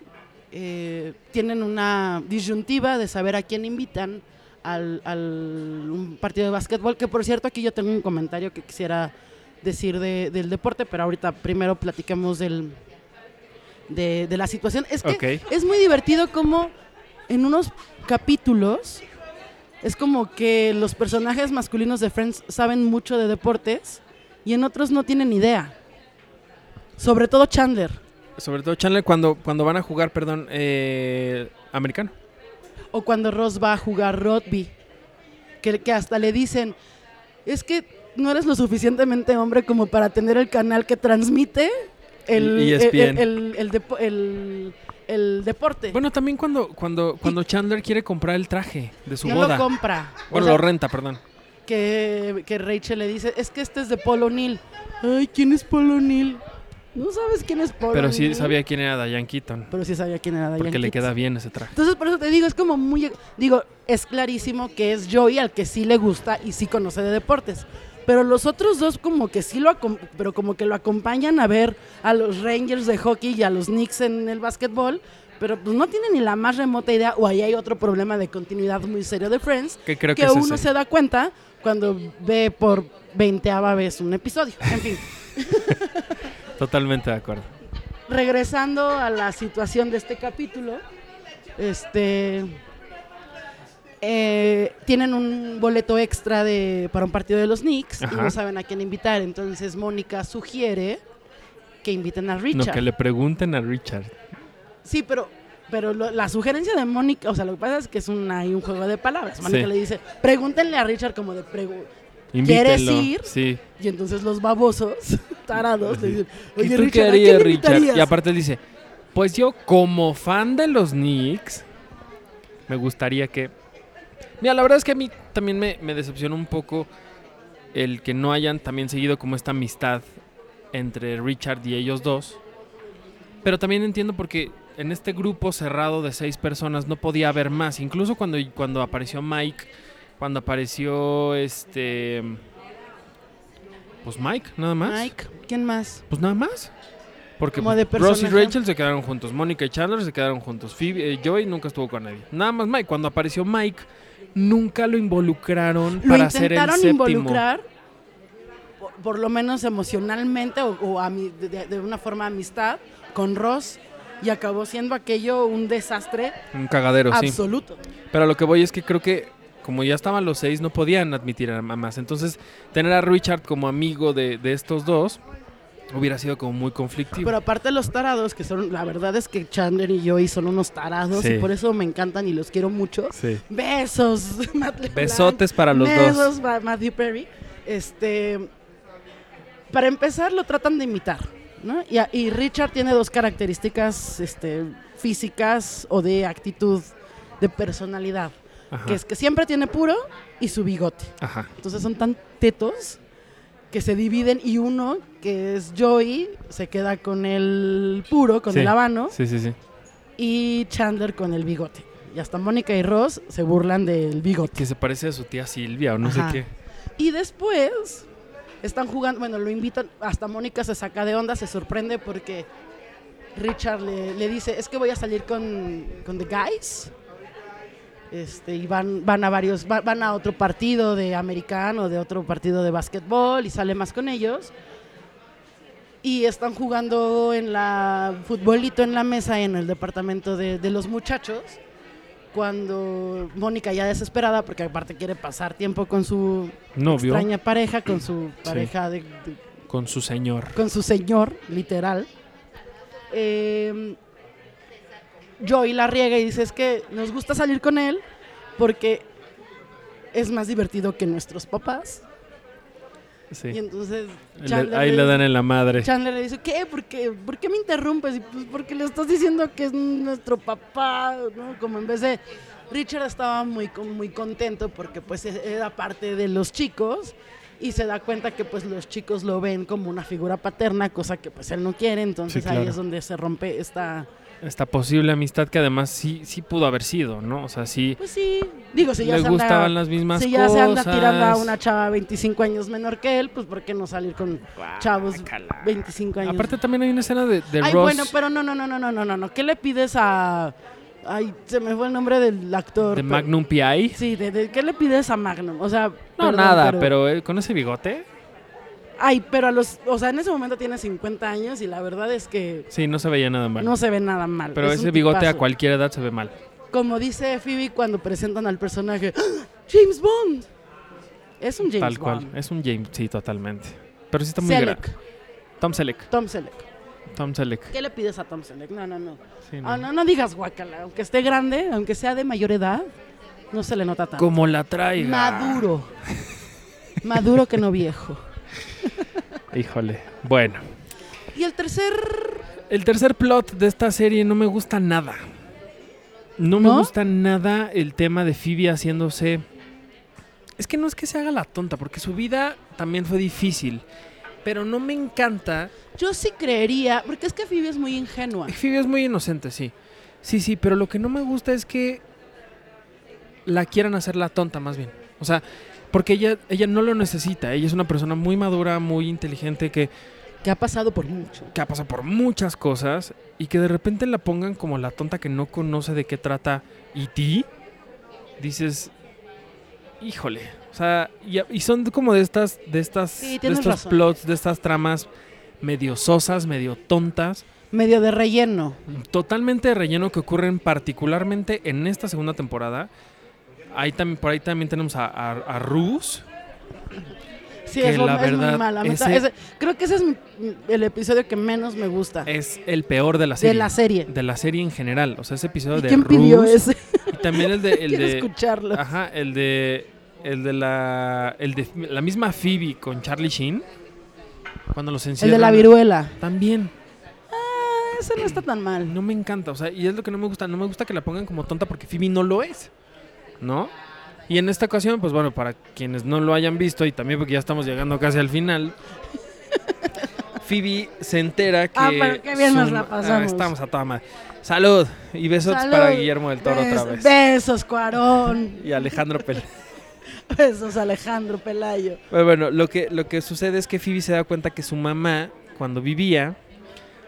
S3: eh, tienen una disyuntiva de saber a quién invitan al, al un partido de básquetbol que por cierto aquí yo tengo un comentario que quisiera decir de- del deporte pero ahorita primero platiquemos del de, de la situación es que
S2: Ok.
S3: es muy divertido como en unos capítulos es como que los personajes masculinos de Friends saben mucho de deportes y en otros no tienen idea. Sobre todo Chandler.
S2: Sobre todo Chandler cuando, cuando van a jugar, perdón, eh, americano.
S3: o cuando Ross va a jugar rugby, que, que hasta le dicen, es que no eres lo suficientemente hombre como para tener el canal que transmite el,
S2: Y-
S3: el,
S2: ESPN.
S3: el- el depo- el- el deporte.
S2: Bueno, también cuando, cuando, cuando Chandler quiere comprar el traje de su
S3: no
S2: boda.
S3: lo compra. O
S2: bueno,
S3: sea,
S2: lo renta, perdón.
S3: que, que Rachel le dice, es que este es de Paul O'Neill. Ay, ¿quién es Paul O'Neill? No sabes quién es Paul
S2: Pero sí
S3: O'Neill.
S2: sabía quién era Diane Keaton.
S3: Pero sí sabía quién era
S2: porque
S3: Diane
S2: le
S3: Keaton.
S2: queda bien ese traje.
S3: Entonces, por eso te digo, es como muy. Digo, es clarísimo que es Joey al que sí le gusta y sí conoce de deportes. Pero los otros dos, como que sí lo, acom- pero como que lo acompañan a ver a los Rangers de hockey y a los Knicks en el básquetbol. Pero pues no tienen ni la más remota idea, o ahí hay otro problema de continuidad muy serio de Friends,
S2: Que creo que,
S3: que
S2: es
S3: uno
S2: ese.
S3: se da cuenta cuando ve por veinteava vez un episodio. En fin.
S2: Totalmente de acuerdo.
S3: regresando a la situación de este capítulo, este eh, tienen un boleto extra de, para un partido de los Knicks y
S2: Ajá.
S3: no saben a quién invitar. Entonces Mónica sugiere que inviten a
S2: No,
S3: Richard.
S2: que le pregunten a Richard.
S3: Sí, pero, pero lo- la sugerencia de Mónica, o sea, lo que pasa es que es una, hay un juego de palabras. Mónica
S2: Sí.
S3: le dice, pregúntenle a Richard como de pregu
S2: Invítenlo.
S3: ¿Quieres ir?
S2: Sí.
S3: Y entonces los babosos, (laughs) tarados, le dicen,
S2: ¿Y
S3: oye,
S2: tú
S3: Richard,
S2: qué
S3: ¿a
S2: harías,
S3: quién
S2: Richard?
S3: invitarías?"
S2: Y aparte dice, pues yo como fan de los Knicks, me gustaría que... Mira, la verdad es que a mí también me, me decepcionó un poco el que no hayan también seguido como esta amistad entre Richard y ellos dos. Pero también entiendo porque en este grupo cerrado de seis personas no podía haber más. Incluso cuando, cuando apareció Mike, cuando apareció este... Pues Mike, nada más.
S3: Mike, ¿quién más?
S2: Pues nada más. Porque
S3: Como de
S2: pues, Ross y
S3: personaje.
S2: Rachel se quedaron juntos. Mónica y Chandler se quedaron juntos. Phoebe, eh, Joey nunca estuvo con nadie. Nada más Mike. Cuando apareció Mike, nunca lo involucraron
S3: Lo
S2: para hacer el
S3: intentaron
S2: séptimo.
S3: involucrar, por, por lo menos emocionalmente o, o a mi- de, de una forma de amistad, con Ross. Y acabó siendo aquello un desastre
S2: Un cagadero, sí.
S3: absoluto.
S2: Pero a lo que voy es que creo que como ya estaban los seis, no podían admitir a más. Entonces, tener a Richard como amigo de, de estos dos hubiera sido como muy conflictivo.
S3: Pero aparte los tarados, que son, la verdad es que Chandler y Joey son unos tarados
S2: Sí.
S3: y por eso me encantan y los quiero mucho.
S2: sí.
S3: Besos, (laughs) Matt LeBlanc.
S2: Besotes para los dos.
S3: Besos para Matthew Perry. Este, para empezar, lo tratan de imitar, ¿no? Y, a- y Richard tiene dos características este, físicas o de actitud, de personalidad,
S2: Ajá.
S3: que es que siempre tiene puro y su bigote.
S2: Ajá.
S3: Entonces son tan tetos que se dividen y uno, que es Joey, se queda con el puro, con
S2: Sí.
S3: el habano,
S2: Sí, sí, sí.
S3: y Chandler con el bigote. Y hasta Mónica y Ross se burlan del bigote.
S2: Que se parece a su tía Silvia o no
S3: Ajá.
S2: sé qué.
S3: Y después están jugando, bueno, lo invitan, hasta Mónica se saca de onda, se sorprende porque Richard le, le dice, es que voy a salir con, con The Guys. Este, y van, van a varios, va- van a otro partido de americano, de otro partido de básquetbol y sale más con ellos. Y están jugando en la futbolito en la mesa en el departamento de, de los muchachos. Cuando Mónica ya desesperada, porque aparte quiere pasar tiempo con su
S2: Novio
S3: extraña pareja con su pareja de- de-
S2: con su señor.
S3: con su señor literal eh, Joey la riega y dice es que nos gusta salir con él porque es más divertido que nuestros papás
S2: Sí.
S3: y entonces
S2: Le-
S3: Chandler
S2: ahí
S3: le
S2: le
S3: dice-
S2: dan en la madre.
S3: Chandler le dice, ¿qué? ¿Por qué, ¿Por qué me interrumpes? Y pues porque le estás diciendo que es nuestro papá, ¿no? Como en vez de... Richard estaba muy, con- muy contento porque pues e- era parte de los chicos y se da cuenta que pues los chicos lo ven como una figura paterna, cosa que pues él no quiere, entonces
S2: Sí,
S3: ahí
S2: claro.
S3: es donde se rompe esta...
S2: Esta posible amistad que además sí, sí pudo haber sido, ¿no? O sea, sí
S3: Pues sí, digo, si ya
S2: le
S3: se anda-
S2: gustaban las mismas
S3: si ya
S2: cosas.
S3: se anda tirando a una chava 25 años menor que él, pues ¿por qué no salir con chavos 25 años?
S2: Aparte también hay una escena de, de
S3: Ay,
S2: Ross.
S3: bueno, pero no, no, no, no, no, no, no, no. ¿Qué le pides a. Ay, se me fue el nombre del actor.
S2: De
S3: pero-
S2: Magnum P.I.
S3: Sí, de, de- ¿qué le pides a Magnum? O sea.
S2: No,
S3: perdón,
S2: nada, pero, eh, con ese bigote.
S3: Ay, pero a los. O sea, en ese momento tiene 50 años y la verdad es que
S2: Sí, no se veía nada mal.
S3: no se ve nada mal.
S2: pero
S3: Es
S2: ese
S3: un
S2: bigote a
S3: tipazo.
S2: cualquier edad se ve mal.
S3: Como dice Phoebe cuando presentan al personaje: ¡Ah! ¡James Bond! Es un James
S2: tal cual.
S3: Bond.
S2: Es un James, sí, totalmente. Pero sí está muy grande.
S3: Selleck.
S2: Tom Selleck.
S3: Tom Selleck.
S2: Tom Selleck.
S3: ¿Qué le pides a Tom Selleck? No, no, no.
S2: Sí,
S3: Ah,
S2: no.
S3: no, no digas guacala. Aunque esté grande, aunque sea de mayor edad, no se le nota tanto.
S2: Como la traiga.
S3: Maduro. Maduro que no viejo.
S2: Híjole. Bueno.
S3: Y el tercer.
S2: El tercer plot de esta serie no me gusta nada. No me
S3: ¿No?
S2: gusta nada el tema de Phoebe haciéndose... Es que no es que se haga la tonta, porque su vida también fue difícil. Pero no me encanta...
S3: Yo sí creería. Porque es que Phoebe es muy ingenua.
S2: Phoebe es muy inocente, sí. Sí, sí, pero lo que no me gusta es que la quieran hacer la tonta, más bien. O sea, porque ella, ella no lo necesita. Ella es una persona muy madura, muy inteligente, que
S3: Que ha pasado por mucho.
S2: que ha pasado por muchas cosas y que de repente la pongan como la tonta que no conoce de qué trata y ti, dices, híjole, o sea, y, y son como de estas, de estas,
S3: Sí,
S2: de
S3: tienes
S2: estos
S3: razón.
S2: plots, de estas tramas medio sosas, medio tontas.
S3: medio de relleno.
S2: totalmente de relleno que ocurren particularmente en esta segunda temporada. Ahí también, por ahí también tenemos a, a, a Rus.
S3: Sí,
S2: Que
S3: es, lo-
S2: la
S3: es muy
S2: verdad,
S3: mala. Me está-
S2: ese-
S3: ese- creo que ese es mi- el episodio que menos me gusta
S2: Es el peor de la serie.
S3: de la serie.
S2: De la serie en general. O sea, ese episodio
S3: ¿Y
S2: de
S3: quién
S2: Rus.
S3: pidió ese?
S2: Y también el de.
S3: (laughs)
S2: El
S3: Quiero
S2: de Ah,
S3: escucharlo.
S2: ajá, el de. El de la. El de la misma Phoebe con Charlie Sheen. Cuando los
S3: el
S2: encierran.
S3: de la viruela.
S2: También.
S3: Ah, ese no está tan mal.
S2: No me encanta, o sea, y es lo que no me gusta. No me gusta que la pongan como tonta porque Phoebe no lo es, ¿no? Y en esta ocasión, pues bueno, para quienes no lo hayan visto y también porque ya estamos llegando casi al
S3: (laughs)
S2: final, Phoebe se entera que.
S3: Ah, pero qué bien nos la pasamos.
S2: estamos a toda madre. Salud y besos
S3: Salud.
S2: para Guillermo del Toro
S3: Bes-
S2: otra vez.
S3: Besos, Cuarón.
S2: Y Alejandro Pel.
S3: Besos, Alejandro Pelayo.
S2: Pero bueno, lo que, lo que sucede es que Phoebe se da cuenta que su mamá, cuando vivía,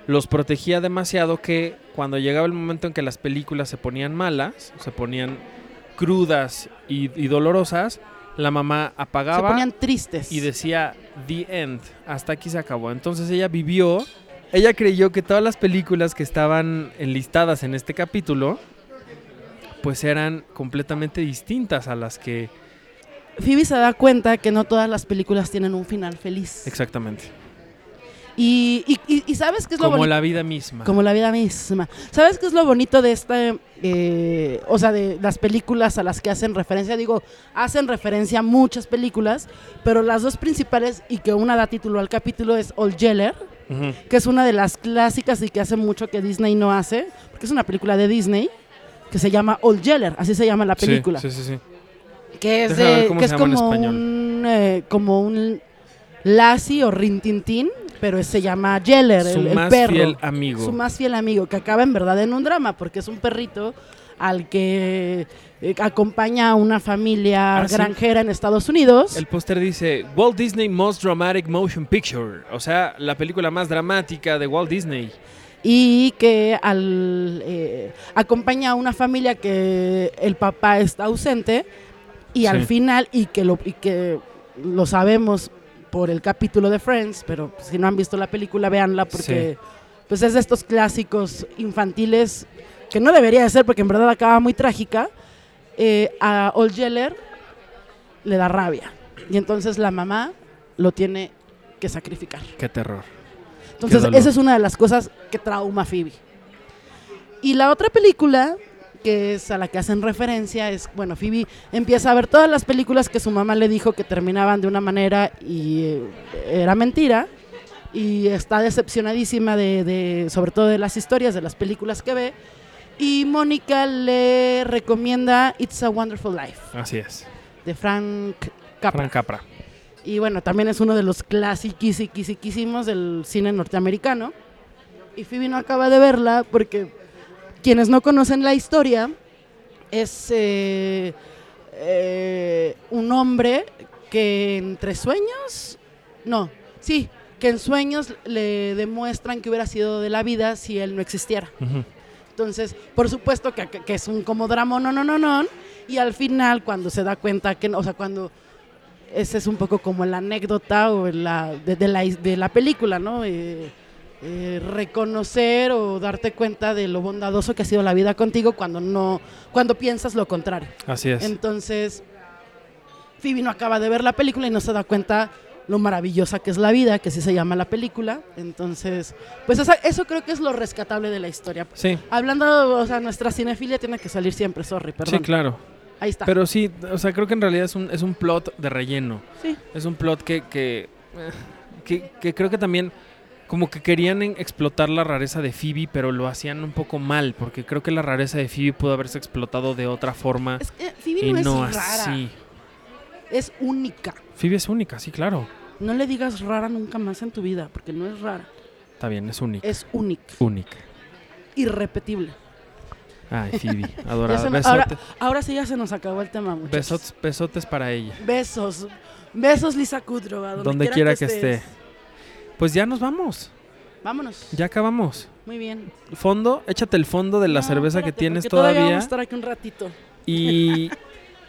S2: los protegía demasiado que cuando llegaba el momento en que las películas se ponían malas, se ponían crudas y, y dolorosas, la mamá
S3: Se
S2: apagaba
S3: ponían tristes.
S2: y decía The End, hasta aquí se acabó. Entonces ella vivió, ella creyó que todas las películas que estaban enlistadas en este capítulo, pues eran completamente distintas a las que...
S3: Phoebe se da cuenta que no todas las películas tienen un final feliz.
S2: Exactamente.
S3: Y, y- y- y sabes qué es lo
S2: Como
S3: bonito.
S2: la vida misma.
S3: Como la vida misma. ¿Sabes qué es lo bonito de esta, eh, o sea, de las películas a las que hacen referencia? Digo, hacen referencia a muchas películas, pero las dos principales y que una da título al capítulo es Old Yeller,
S2: Ujú.
S3: que es una de las clásicas y que hace mucho que Disney no hace, porque es una película de Disney que se llama Old Yeller, así se llama la
S2: Sí,
S3: película,
S2: Sí, sí, sí.
S3: que es,
S2: Déjame ver
S3: de-
S2: cómo
S3: que
S2: se
S3: es
S2: llama en
S3: como
S2: español.
S3: un eh, como un Lassie o Rintintín, pero se llama Yeller,
S2: Su
S3: el, el
S2: más
S3: perro
S2: fiel amigo.
S3: su más fiel amigo, que acaba en verdad en un drama, porque es un perrito al que eh, acompaña a una familia
S2: Ah, sí.
S3: granjera en Estados Unidos.
S2: El póster dice Walt Disney Most Dramatic Motion Picture, o sea, la película más dramática de Walt Disney.
S3: y que al, eh, acompaña a una familia que el papá está ausente y al
S2: Sí.
S3: final y que lo y que lo sabemos por el capítulo de Friends, pero si no han visto la película véanla porque pues es de estos clásicos infantiles que no debería de ser porque en verdad acaba muy trágica. eh, a Old Yeller le da rabia y entonces la mamá lo tiene que sacrificar.
S2: Qué terror.
S3: Entonces,
S2: dolor.
S3: esa es una de las cosas que trauma a Phoebe. Y la otra película que es a la que hacen referencia es, bueno, Phoebe empieza a ver todas las películas que su mamá le dijo que terminaban de una manera y eh, era mentira y está decepcionadísima de, de- sobre todo de las historias, de las películas que ve y Mónica le recomienda It's a Wonderful Life
S2: Así es.
S3: de Frank Capra.
S2: Frank Capra.
S3: Y bueno, también es uno de los clasiquísimos del cine norteamericano. Y Phoebe no acaba de verla porque quienes no conocen la historia es eh, eh, un hombre que entre sueños, no, sí, que en sueños le demuestran que hubiera sido de la vida si él no existiera.
S2: Ujú.
S3: Entonces, por supuesto que, que- que es un como drama, no, no, no, no. Y al final, cuando se da cuenta que, no, o sea, cuando ese es un poco como la anécdota o la, de, de la, his- de la película, ¿no? Eh, eh, reconocer o darte cuenta de lo bondadoso que ha sido la vida contigo cuando no, cuando piensas lo contrario.
S2: Así es.
S3: Entonces, Phoebe no acaba de ver la película y no se da cuenta lo maravillosa que es la vida, que así se llama la película. Entonces, pues esa- eso creo que es lo rescatable de la historia.
S2: Sí,
S3: Hablando, o sea, nuestra cinefilia tiene que salir siempre, sorry, perdón.
S2: sí, claro.
S3: Ahí está.
S2: Pero sí, o sea, creo que en realidad es un, es un plot de relleno.
S3: Sí.
S2: Es un plot que, que, eh, que, que creo que también como que querían en- explotar la rareza de Phoebe, pero lo hacían un poco mal, porque creo que la rareza de Phoebe pudo haberse explotado de otra forma
S3: Es que Phoebe
S2: y
S3: no,
S2: no,
S3: es rara,
S2: así.
S3: es única.
S2: Phoebe es única, sí, claro.
S3: No le digas rara nunca más en tu vida, porque no es rara,
S2: Está bien, es única.
S3: es única,
S2: Única.
S3: irrepetible.
S2: Ay, (laughs) Phoebe,
S3: Ya
S2: adorada.
S3: se nos-
S2: Besote-
S3: ahora, ahora sí ya se nos acabó el tema, muchachos.
S2: besotes, besotes para ella.
S3: Besos. Besos, Lisa Kudrow, a donde,
S2: Donde quiera que
S3: estés.
S2: Pues ya nos vamos.
S3: Vámonos.
S2: Ya acabamos.
S3: Muy bien.
S2: Fondo, échate el fondo de la
S3: No,
S2: cerveza
S3: espérate,
S2: que tienes
S3: porque
S2: todavía.
S3: Vamos a estar aquí un ratito. (laughs)
S2: Y,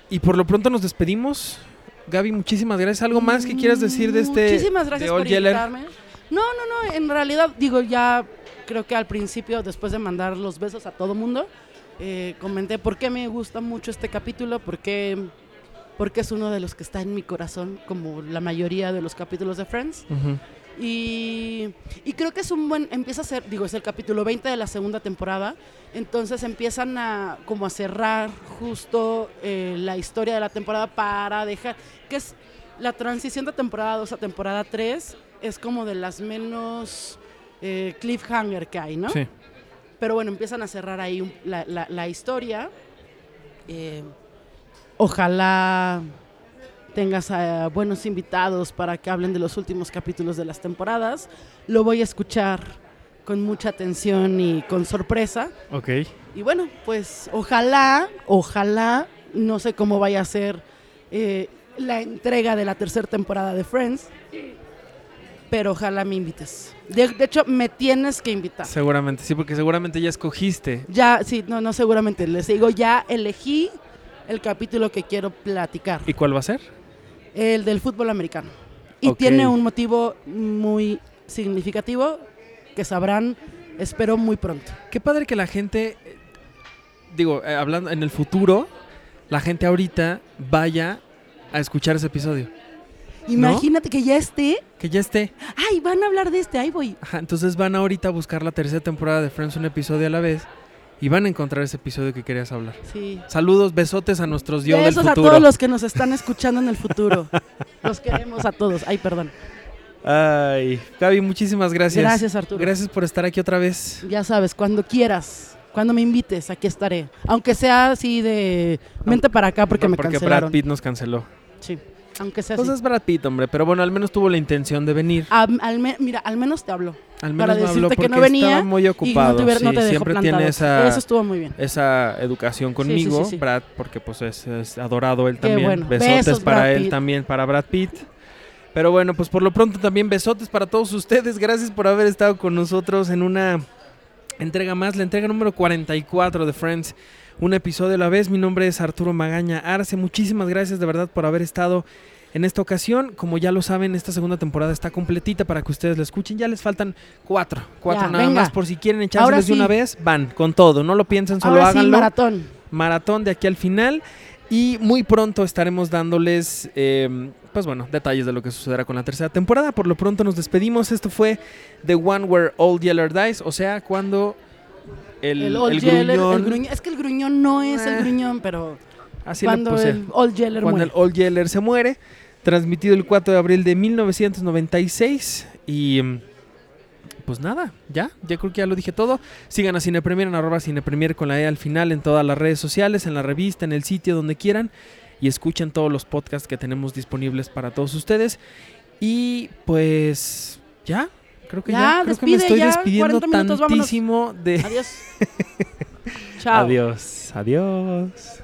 S2: y por lo pronto nos despedimos. Gaby, muchísimas gracias. ¿Algo más que quieras decir de este
S3: Muchísimas gracias
S2: de Old
S3: por
S2: Yeller?
S3: invitarme. No, no, no, en realidad digo ya creo que al principio, después de mandar los besos a todo mundo, eh, comenté por qué me gusta mucho este capítulo, por qué, porque es uno de los que está en mi corazón, como la mayoría de los capítulos de Friends.
S2: Ujú.
S3: Y, y creo que es un buen, empieza a ser, digo, es el capítulo 20 de la segunda temporada, entonces empiezan a como a cerrar justo eh, la historia de la temporada para dejar, que es la transición de temporada 2 a temporada 3, es como de las menos eh, cliffhanger que hay, ¿no?
S2: Sí.
S3: Pero bueno, empiezan a cerrar ahí un- la, la- la historia. Eh, ojalá tengas a buenos invitados para que hablen de los últimos capítulos de las temporadas. Lo voy a escuchar con mucha atención y con sorpresa.
S2: Ok.
S3: Y bueno, pues ojalá, ojalá, no sé cómo vaya a ser eh, la entrega de la tercera temporada de Friends, pero ojalá me invites. De- de hecho, me tienes que invitar.
S2: Seguramente, sí, porque seguramente ya escogiste.
S3: Ya, sí, no, no, seguramente. Les digo, ya elegí el capítulo que quiero platicar.
S2: ¿Y cuál va a ser?
S3: El del fútbol americano. Y
S2: Ok.
S3: tiene un motivo muy significativo que sabrán, espero, muy pronto.
S2: Qué padre que la gente, eh, digo, eh, hablando en el futuro, la gente ahorita vaya a escuchar ese episodio.
S3: Imagínate que ya esté.
S2: Que ya esté.
S3: Ay, van a hablar de este, ahí voy.
S2: Ajá, entonces van ahorita a buscar la tercera temporada de Friends un episodio a la vez y van a encontrar ese episodio que querías hablar.
S3: Sí.
S2: Saludos, besotes a nuestros dios del
S3: Besos a
S2: futuro.
S3: todos los que nos están escuchando en el futuro. Los queremos a todos. Ay, perdón.
S2: Ay, Gaby, muchísimas gracias.
S3: Gracias, Arturo.
S2: Gracias por estar aquí otra vez.
S3: Ya sabes, cuando quieras, cuando me invites, aquí estaré. Aunque sea así de... Vente para acá porque me
S2: Porque
S3: cancelaron.
S2: Brad Pitt nos canceló.
S3: Sí, aunque sea así.
S2: Entonces Pues Brad Pitt, hombre, pero bueno, al menos tuvo la intención de venir.
S3: Am- al me- mira, al menos te habló.
S2: Al menos
S3: Para
S2: me habló
S3: decirte
S2: porque
S3: que no venía
S2: estaba muy ocupado.
S3: y no te, hubiera- no
S2: sí,
S3: te dejó
S2: siempre
S3: plantado.
S2: tiene esa,
S3: Eso estuvo muy bien.
S2: esa educación
S3: sí,
S2: conmigo,
S3: sí.
S2: Brad, porque pues es, es adorado él también.
S3: bueno.
S2: Besotes
S3: Besos,
S2: para
S3: Brad
S2: él
S3: Pitt.
S2: también, para Brad Pitt. Pero bueno, pues por lo pronto también besotes para todos ustedes. Gracias por haber estado con nosotros en una entrega más, la entrega número 44 de Friends. Un episodio a la vez. Mi nombre es Arturo Magaña Arce. Muchísimas gracias de verdad por haber estado en esta ocasión. Como ya lo saben, esta segunda temporada está completita para que ustedes la escuchen. Ya les faltan cuatro, cuatro
S3: Ya,
S2: nada
S3: venga.
S2: más. Por si quieren echárselos
S3: Ahora
S2: de una
S3: sí.
S2: vez, van con todo. No lo piensen, solo
S3: Ahora sí,
S2: háganlo
S3: maratón.
S2: maratón de aquí al final. Y muy pronto estaremos dándoles, eh, pues bueno, detalles de lo que sucederá con la tercera temporada. Por lo pronto nos despedimos. Esto fue The One Where All Yeller Dies. O sea, cuando el,
S3: El, old
S2: el
S3: yeller, el
S2: gruñón-
S3: gruñón- Es que el gruñón no es
S2: Eh.
S3: el gruñón, pero
S2: así le
S3: cuando
S2: puse,
S3: el old yeller
S2: cuando
S3: muere.
S2: el Old Yeller se muere. Transmitido el 4 de abril de 1996. Y mm, pues nada, ya, ya creo que ya lo dije todo. Sigan a Cinepremier en arroba Cinepremier con la E al final en todas las redes sociales, en la revista, en el sitio, donde quieran. Y escuchen todos los podcasts que tenemos disponibles para todos ustedes. Y pues ya, creo que ya,
S3: Ya,
S2: creo
S3: despide,
S2: que me estoy
S3: ya,
S2: despidiendo
S3: 40 minutos, vámonos.
S2: (laughs) tantísimo de...
S3: Adiós. Chao.
S2: Adiós, adiós.